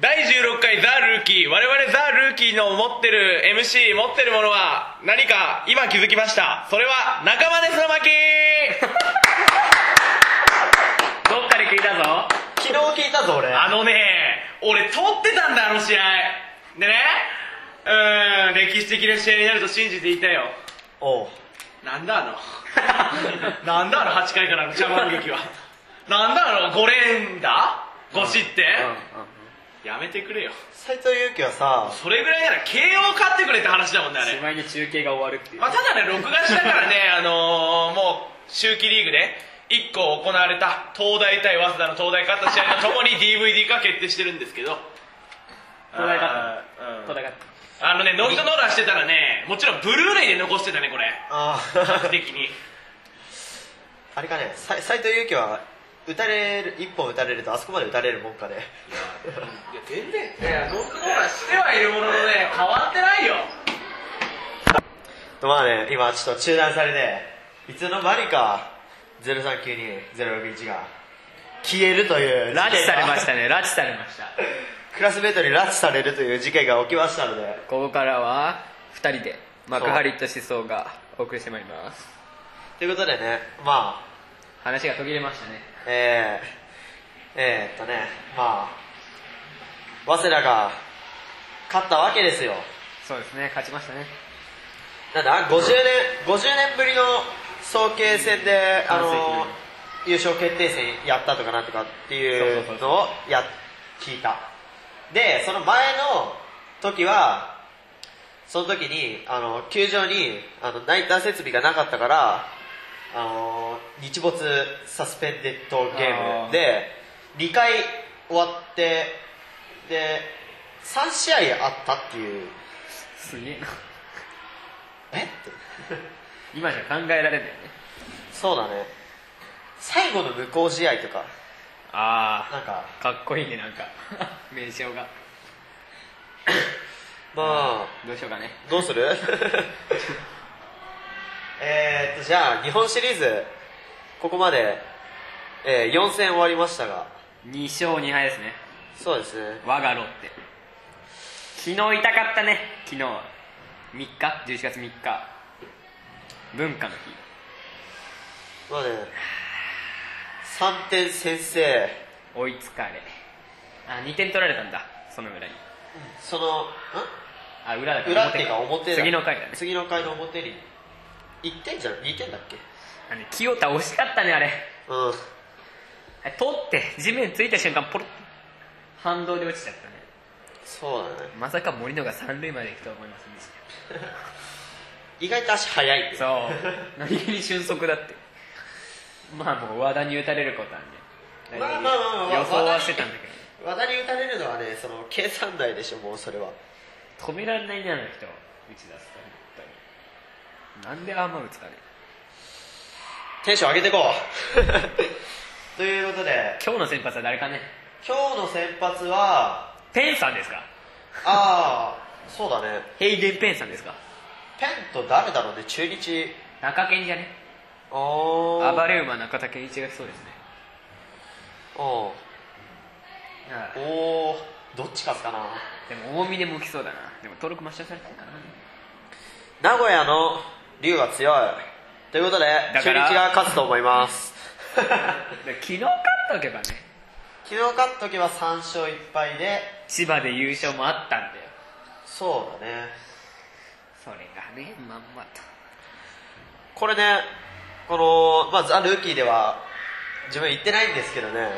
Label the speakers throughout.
Speaker 1: 第16回ザ・ルーキー我々ザ・ルーキーの持ってる MC 持ってるものは何か今気づきましたそれは仲間ですの 巻
Speaker 2: どっかで聞いたぞ
Speaker 3: 昨日聞いたぞ俺
Speaker 2: あのね俺撮ってたんだあの試合でねうーん歴史的な試合になると信じていたよ
Speaker 3: おう
Speaker 2: なんだあの なんだあの8回からの邪魔劇はなんだあの5連打5失点、
Speaker 3: うんうん
Speaker 2: やめてくれよ
Speaker 3: 斎藤佑樹はさ
Speaker 2: それぐらいなら慶応勝ってくれって話だもんねあれ
Speaker 4: しまいに中継が終わるっていう
Speaker 2: まあ、ただね、録画したからね、 あのーもう、秋季リーグで、1個行われた、東大対早稲田の東大勝った試合とともに DVD 化決定してるんですけど。
Speaker 4: 東大勝
Speaker 2: った、うん
Speaker 4: 戦って
Speaker 2: あのね、ノーヒットノーランしてたらね、もちろんブルーレイで残してたね、これ。
Speaker 3: あ
Speaker 2: 確
Speaker 3: ー
Speaker 2: 的に。
Speaker 3: あれかね斎斎藤佑樹は打たれる一本打たれるとあそこまで打たれるもんかね
Speaker 2: いや、全然、ね、ノーヒットノーランしてはいるもののね、変わってないよ。
Speaker 3: まあね今ちょっと中断されていつの間にか0392-061が消えるという
Speaker 4: 拉致されました
Speaker 3: ね
Speaker 4: ね拉致されました
Speaker 3: クラスメートに拉致されるという事件が起きましたので
Speaker 4: ここからは2人で幕張と思想がお送りしてまいります
Speaker 3: ということでねまあ
Speaker 4: 話が途切れましたね
Speaker 3: えー、えー、っとねまあ早稲田が勝ったわけですよ
Speaker 4: そうですね勝ちましたね
Speaker 3: なんだ50年50年ぶりの総慶戦で、あの優勝決定戦やったとかなんとかっていうのをや聞いたでその前の時はその時にあの球場にあのナイター設備がなかったからあの日没サスペンデッドゲームで2回終わってで3試合あったっていう
Speaker 4: すげえな
Speaker 3: えって
Speaker 4: 今じゃ考えられないね
Speaker 3: そうだね最後の無効試合とか
Speaker 4: あ
Speaker 3: なんか
Speaker 4: あかっこいいねなんか 名称が
Speaker 3: まあ
Speaker 4: どうしようかね
Speaker 3: どうする えーっとじゃあ日本シリーズここまで、え4戦終わりましたが
Speaker 4: 2勝2敗ですね
Speaker 3: そうですね
Speaker 4: 我がロッテ昨日痛かったね昨日は3日11月3日文化の日
Speaker 3: まあね3点先制
Speaker 4: 追いつかれあ2点取られたんだその裏に
Speaker 3: そのん
Speaker 4: あ裏だから
Speaker 3: 裏っていうか表だ
Speaker 4: 次の回だね
Speaker 3: 次の回の表に1点じゃない2点だっけ
Speaker 4: あのね清田惜しかったねあれ
Speaker 3: うん
Speaker 4: あれ取って地面ついた瞬間ポロッ反動で落ちちゃったね
Speaker 3: そうだね
Speaker 4: まさか森野が三塁まで行くとは思いませんでし
Speaker 3: 意外と足速いんで
Speaker 4: た よそう何気に俊足だってまあもう和田に打たれることはね
Speaker 3: まあまあまあまあ
Speaker 4: 予想はしてたんだけど
Speaker 3: 和田に打たれるのはねその計算内でしょもうそれは
Speaker 4: 止められないねあの人打ち出すと本当になんであんま打つかね
Speaker 3: テンション上げてこ うということで
Speaker 4: 今日の先発は誰かね
Speaker 3: 今日の先発は
Speaker 4: ペンさんですか
Speaker 3: ああそうだね
Speaker 4: ヘイデン・ペンさんですか
Speaker 3: ペンと誰だろうね中日
Speaker 4: 中堅じゃね
Speaker 3: おー
Speaker 4: 暴れ馬中田健一が来そうですね
Speaker 3: お
Speaker 4: あ
Speaker 3: ーおーどっち勝つかな
Speaker 4: あでも大峰も来そうだなでも登録抹消されてるかな
Speaker 3: 名古屋の龍が強いということで
Speaker 4: だ
Speaker 3: 中
Speaker 4: から
Speaker 3: 日が勝つと思います
Speaker 4: で昨日勝っとけばね
Speaker 3: 昨日勝っとけば3勝1敗で
Speaker 4: 千葉で優勝もあったんだよ
Speaker 3: そうだね
Speaker 4: それがねまんまと
Speaker 3: これね、この、まあ、ザ・ルーキーでは、自分言ってないんですけどね、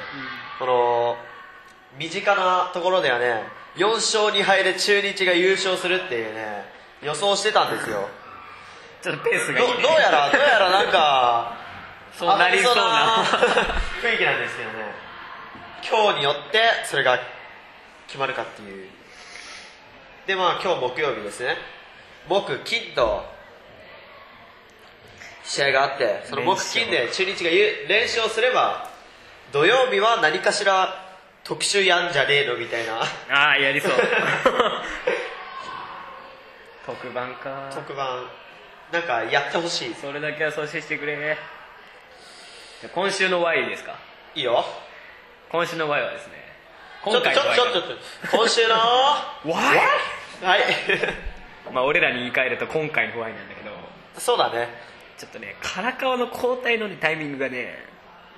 Speaker 3: この、身近なところではね、4勝2敗で中日が優勝するっていうね、予想してたんですよ。
Speaker 4: ちょっとペー
Speaker 3: ど
Speaker 4: スがいい、ね、
Speaker 3: どうやら、どうやらなんか、
Speaker 4: そうなりそうな
Speaker 3: ありそうな雰囲気なんですけどね、今日によって、それが決まるかっていう。で、まあ、今日木曜日ですね、木、金と、試合があってその木金で中日がゆ連勝すれば土曜日は何かしら特集やんじゃねえのみたいな
Speaker 4: ああ やりそう特番か
Speaker 3: 特番なんかやってほしい
Speaker 4: それだけは阻止してくれね今週の Y ですか
Speaker 3: いいよ
Speaker 4: 今週の Y はですね
Speaker 3: ちょ
Speaker 4: 今
Speaker 3: っと
Speaker 4: 回
Speaker 3: ち
Speaker 4: の
Speaker 3: ょっとちょっとちょっと今週のは
Speaker 4: Why？
Speaker 3: い
Speaker 4: まあ俺らに言い換えると今回のホワイなんだけど
Speaker 3: そうだね
Speaker 4: ちょっとね唐川の交代の、ね、タイミングがね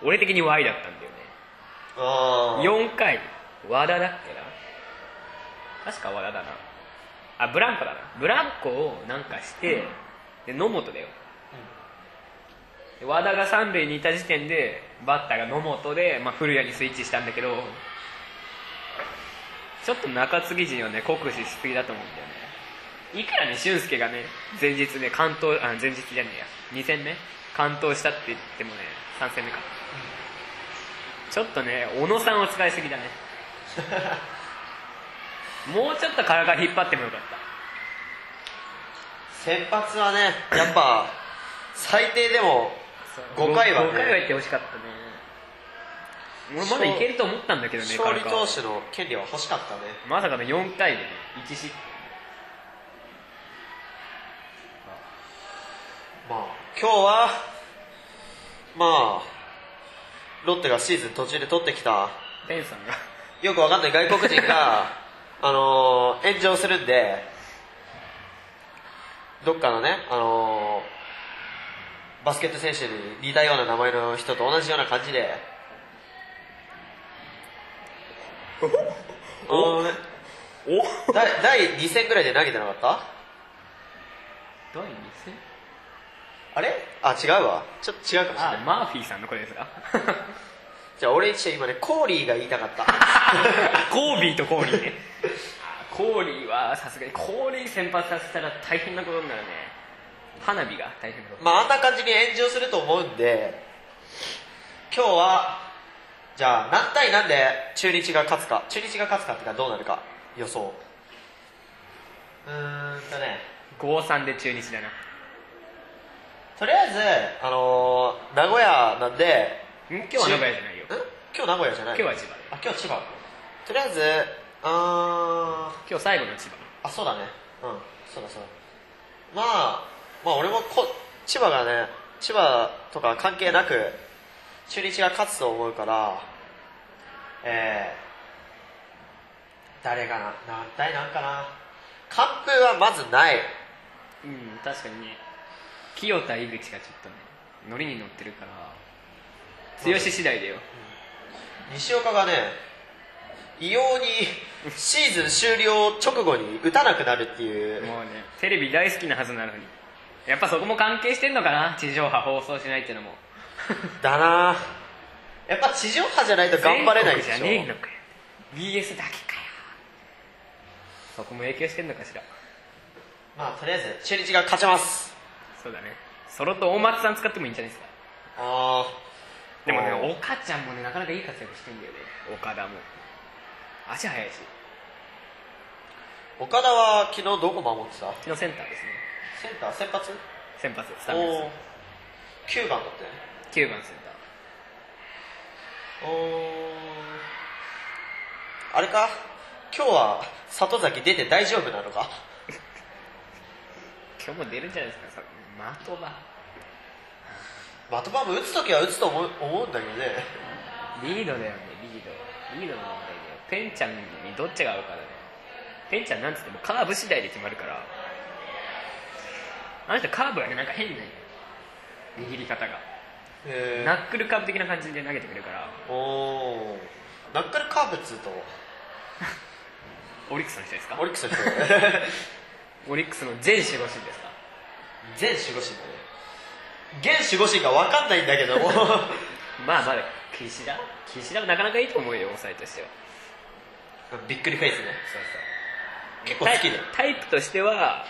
Speaker 4: 俺的に Y だったんだよね
Speaker 3: うん
Speaker 4: 4回和田だっけな確か和田だなあブランコだなブランコをなんかして、で野本だよ、で和田が三塁にいた時点でバッターが野本で、まあ、古谷にスイッチしたんだけどちょっと中継ぎ陣をね酷使しすぎだと思うんだよねいくらね俊介がね前日ね関東あ前日じゃねえや2戦目完投したって言ってもね3戦目かちょっとね、小野さんを使いす ぎだね。もうちょっと体引っ張ってもよかっ
Speaker 3: 先発はねやっぱ最低でも
Speaker 4: た。
Speaker 3: 5回は
Speaker 4: 5回はやっ
Speaker 3: ね
Speaker 4: てほしかったね。俺まだいけると思ったんだけどね、
Speaker 3: 勝利
Speaker 4: 軽々
Speaker 3: 投手の権利は欲しかったね
Speaker 4: まさかの4回でね、1失
Speaker 3: まあ今日はまあロッテがシーズン途中で取ってきた
Speaker 4: 点。ペンさんが。
Speaker 3: よくわかんない外国人 があのー炎上するんでどっかのねあのーバスケット選手に似たような名前の人と同じような感じであのね
Speaker 4: お
Speaker 3: だ第2戦ぐらいで投げてなかった
Speaker 4: 第2戦
Speaker 3: あれあ違うわちょっと違うかもしれない
Speaker 4: あ、マーフィーさんのこれですか
Speaker 3: じゃあ俺一応今ねコーリーが言いたかった
Speaker 4: コービーとコーリーね。あコーリーはさすがに、コーリー先発させたら大変なことになるね。花火が大変なこと。
Speaker 3: まああんな感じに炎上すると思うんで今日はじゃあ何対何で中日が勝つか中日が勝つかっていうかどうなるか予想うーんとね
Speaker 4: 5-3で中日だな。
Speaker 3: とりあえずあのー名古屋なんで
Speaker 4: ん今日は名古屋じゃないよ
Speaker 3: ん。今日名古屋じゃない
Speaker 4: 今日は千葉
Speaker 3: あ今日千葉とりあえずあー
Speaker 4: 今日最後の千葉
Speaker 3: あそうだねうんそうだそうだまあまあ俺もこ千葉がね千葉とか関係なく中日が勝つと思うからえー、誰かな何対何かな完封はまずない
Speaker 4: うん確かにね清田井口がちょっとねノリに乗ってるから剛次第だ よ
Speaker 3: 西岡がね異様にシーズン終了直後に打たなくなるっていう
Speaker 4: もうねテレビ大好きなはずなのにやっぱそこも関係してんのかな地上波放送しないっていうの も
Speaker 3: だなやっぱ地上波じゃないと頑張れないでし
Speaker 4: 全
Speaker 3: ょ
Speaker 4: 国じゃねえのかよ BS だけかよそこも影響してんのかしら
Speaker 3: まあとりあえず中日が勝ちます
Speaker 4: そうだねソロと大松さん使ってもいいんじゃないですか
Speaker 3: あ
Speaker 4: でもね
Speaker 3: おー
Speaker 4: 岡ちゃんもねなかなかいい活躍してんだよね岡田も足速いし
Speaker 3: あ岡田は昨日どこ守ってた
Speaker 4: 昨日センターです
Speaker 3: セン
Speaker 4: ね
Speaker 3: ター先発
Speaker 4: 先発ス
Speaker 3: お
Speaker 4: タメンです
Speaker 3: お9番だったよね
Speaker 4: 9番センター
Speaker 3: おあれか今日は里崎出て大丈夫なのか
Speaker 4: 今日も出るんじゃないですかさ的場
Speaker 3: まとまも打つ時は打つと思う思うんだけどね
Speaker 4: リードだよねリードリードの問題でペンちゃんにどっちが合うかだねペンちゃんなんつってもカーブ次第で決まるからあの人カーブがねなんか変な握り方が
Speaker 3: へ
Speaker 4: ナックルカーブ的な感じで投げてくるから
Speaker 3: おおナックルカーブっつうと
Speaker 4: オリックスの人ですか
Speaker 3: オリックスの 人
Speaker 4: オリックスの全守護神ですか
Speaker 3: 全守護神だね現守護神が分かんないんだけども
Speaker 4: まあまあ岸田岸田もなかなかいいと思うよ抑えとしては
Speaker 3: びっくりフェイスね
Speaker 4: そうそう
Speaker 3: 結構好きだよ
Speaker 4: タイプとしては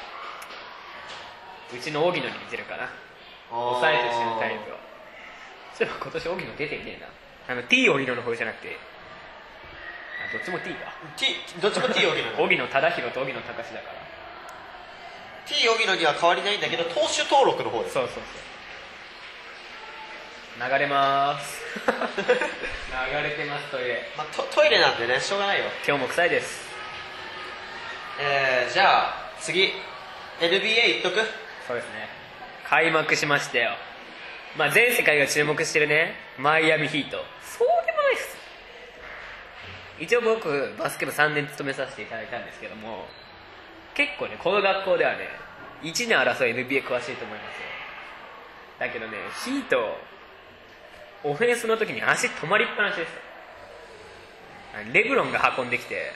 Speaker 4: うちの荻野に似てるかな抑えとしてのタイプはそういえば今年荻野出てねえなあの T 荻野の方じゃなくてあどっちも T か
Speaker 3: T どっちも T 荻野
Speaker 4: 荻野忠宏と荻野隆だから
Speaker 3: T 荻野には変わりないんだけど投手登録の方です
Speaker 4: そうそうそう流れまーす 流れてますトイレ
Speaker 3: まあ、トトイレなんでねしょうがないよ
Speaker 4: 今日も臭いです
Speaker 3: えー、じゃあ次 NBA いっとく
Speaker 4: そうですね開幕しましたよ、まあ、全世界が注目してるねマイアミヒートそうでもないです一応僕バスケ部3年勤めさせていただいたんですけども結構ねこの学校ではね1年争い NBA 詳しいと思いますよだけどねヒートオフェンスの時に足止まりっぱなしですレブロンが運んできて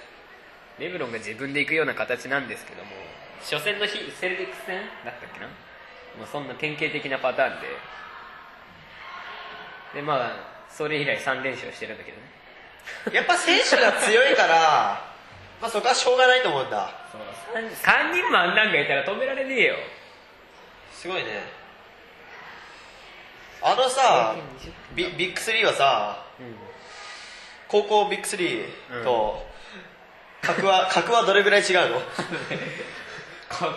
Speaker 4: レブロンが自分で行くような形なんですけども初戦の日セルティックス戦だったっけなもうそんな典型的なパターンででまあそれ以来3連勝してるんだけどね
Speaker 3: やっぱ選手が強いから、 まあそこはしょうがないと思うんだ。
Speaker 4: そう3人もあんなんがいたら止められねえよ
Speaker 3: すごいね。あのさ、ビビッグスリーはさ、高校ビッグスリーと、格は、格はどれぐらい違うの
Speaker 4: 格も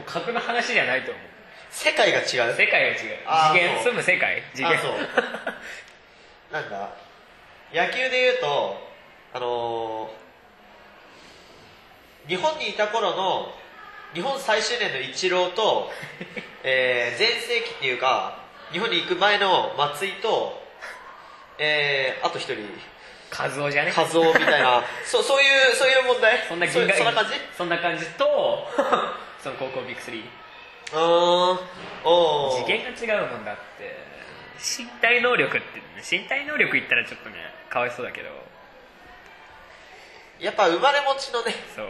Speaker 4: う格の話じゃないと思う
Speaker 3: 世界が違う
Speaker 4: 世界が違う
Speaker 3: あー
Speaker 4: 次元
Speaker 3: そう
Speaker 4: 住む世界次元
Speaker 3: あそう なんだ野球で言うとあのー日本にいた頃の日本最終年のイチロー と、えー、前世紀っていうか日本に行く前の松井と、えー、あと一人
Speaker 4: カズオじゃね
Speaker 3: 和夫みたい なそそういうそういう問題
Speaker 4: そんな
Speaker 3: そ
Speaker 4: 銀河
Speaker 3: そんな感じ
Speaker 4: そんな感じと その高校ビッグ3
Speaker 3: うーんおー
Speaker 4: 次元が違うもんだって身体能力って身体能力言ったらちょっとねかわいそうだけど
Speaker 3: やっぱ生まれ持ちのね
Speaker 4: そう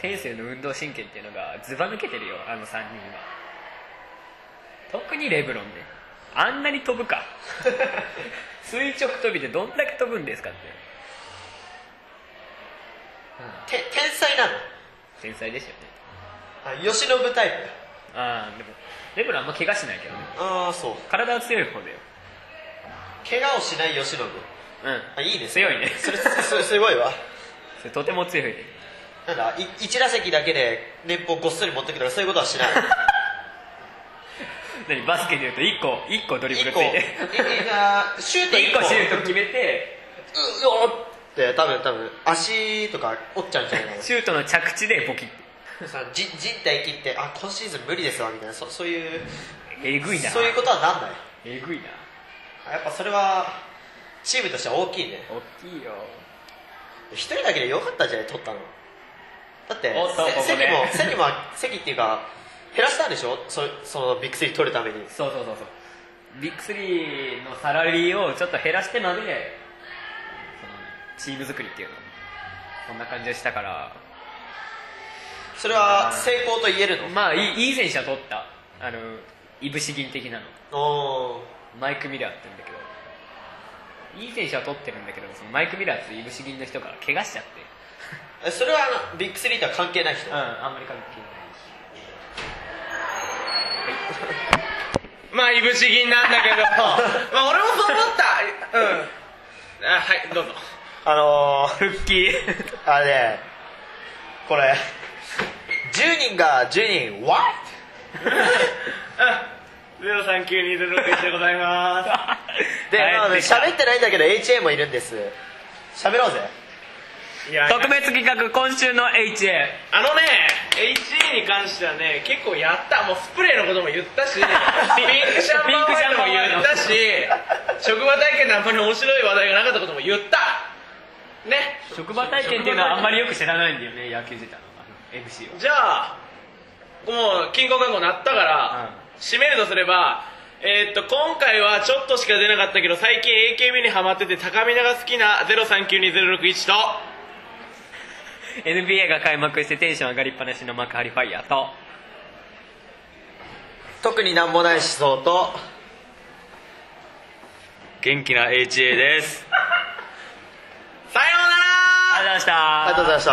Speaker 4: 天性の運動神経っていうのがずば抜けてるよあの3人は特にレブロンねあんなに飛ぶか垂直飛びでどんだけ飛ぶんですかって
Speaker 3: て天才なの
Speaker 4: 天才でしたよね
Speaker 3: あ吉野部タイプ
Speaker 4: ああでもレブロンあんま怪我しないけどね
Speaker 3: ああそう
Speaker 4: 体は強い方だよ
Speaker 3: 怪我をしない吉野部
Speaker 4: うん
Speaker 3: あいいです
Speaker 4: 強いね
Speaker 3: それそれすごいわ
Speaker 4: それとても強いね
Speaker 3: なんだい1打席だけで年俸ごっそり持ってくとかそういうことはしない
Speaker 4: 何バスケでいうと1個1個ドリブル
Speaker 3: 1
Speaker 4: つ
Speaker 3: 個い
Speaker 4: いて
Speaker 3: いなシュート
Speaker 4: 1
Speaker 3: 1
Speaker 4: 個
Speaker 3: 個
Speaker 4: シュート決めて
Speaker 3: うよって多分多分足とか折っちゃうんじゃないかな
Speaker 4: シュートの着地でボキッ
Speaker 3: さじ人体切ってあ今シーズン無理ですわみたいなそそういう
Speaker 4: えぐいな
Speaker 3: そういうことはなんない
Speaker 4: えぐいな
Speaker 3: やっぱそれはチームとしては大きいね
Speaker 4: 大きいよ
Speaker 3: 一人だけでよかったんじゃない取ったのだって
Speaker 4: おっと
Speaker 3: せ
Speaker 4: ここ
Speaker 3: 席
Speaker 4: で
Speaker 3: も席も席っていうか減らしたんでしょそそのビッグスリー取るために
Speaker 4: そうそうそうそうビッグ3のサラリーをちょっと減らしてまでそのチーム作りっていうのそんな感じがしたから
Speaker 3: それは成功と言えるの
Speaker 4: まあいいいい選手は取ったあのいぶし銀的なの
Speaker 3: おー
Speaker 4: マイク・ミラーって言うんだけどいい選手は取ってるんだけどそのマイク・ミラーっていういぶし銀の人から怪我しちゃって
Speaker 3: えそれはあのビッグスリーとは関係ない人
Speaker 4: うんあんまり関係ない
Speaker 2: まあいぶし銀なんだけ どまあ俺もそう思ったうんあはいどうぞ
Speaker 3: あのー、
Speaker 4: 復帰
Speaker 3: あれねこれ10人が10人 What?
Speaker 2: 039206でございます
Speaker 3: で、なので
Speaker 4: 帰ってき
Speaker 3: 喋ってないんだけど HA もいるんです喋ろうぜ
Speaker 2: いや
Speaker 4: た特別企画今週の HA
Speaker 2: あのね HA に関してはね結構やったもうスプレーのことも言った しピンクシャンパンワインも言ったし職場体験であんまり面白い話題がなかったことも言ったね
Speaker 4: 職場体験っていうのはあんまりよく知らないんだよね野球自体のあの MC を
Speaker 2: じゃあもう金庫看護なったから、締めるとすればえーっと今回はちょっとしか出なかったけど最近 AKB にハマってて高見菜が好きな03920601と
Speaker 4: NBA が開幕してテンション上がりっぱなしの幕張ファイヤーと
Speaker 3: 特になんもない思想と
Speaker 1: 元気な HA です
Speaker 2: さようなら
Speaker 4: ありがとうございました
Speaker 3: ありがとうございました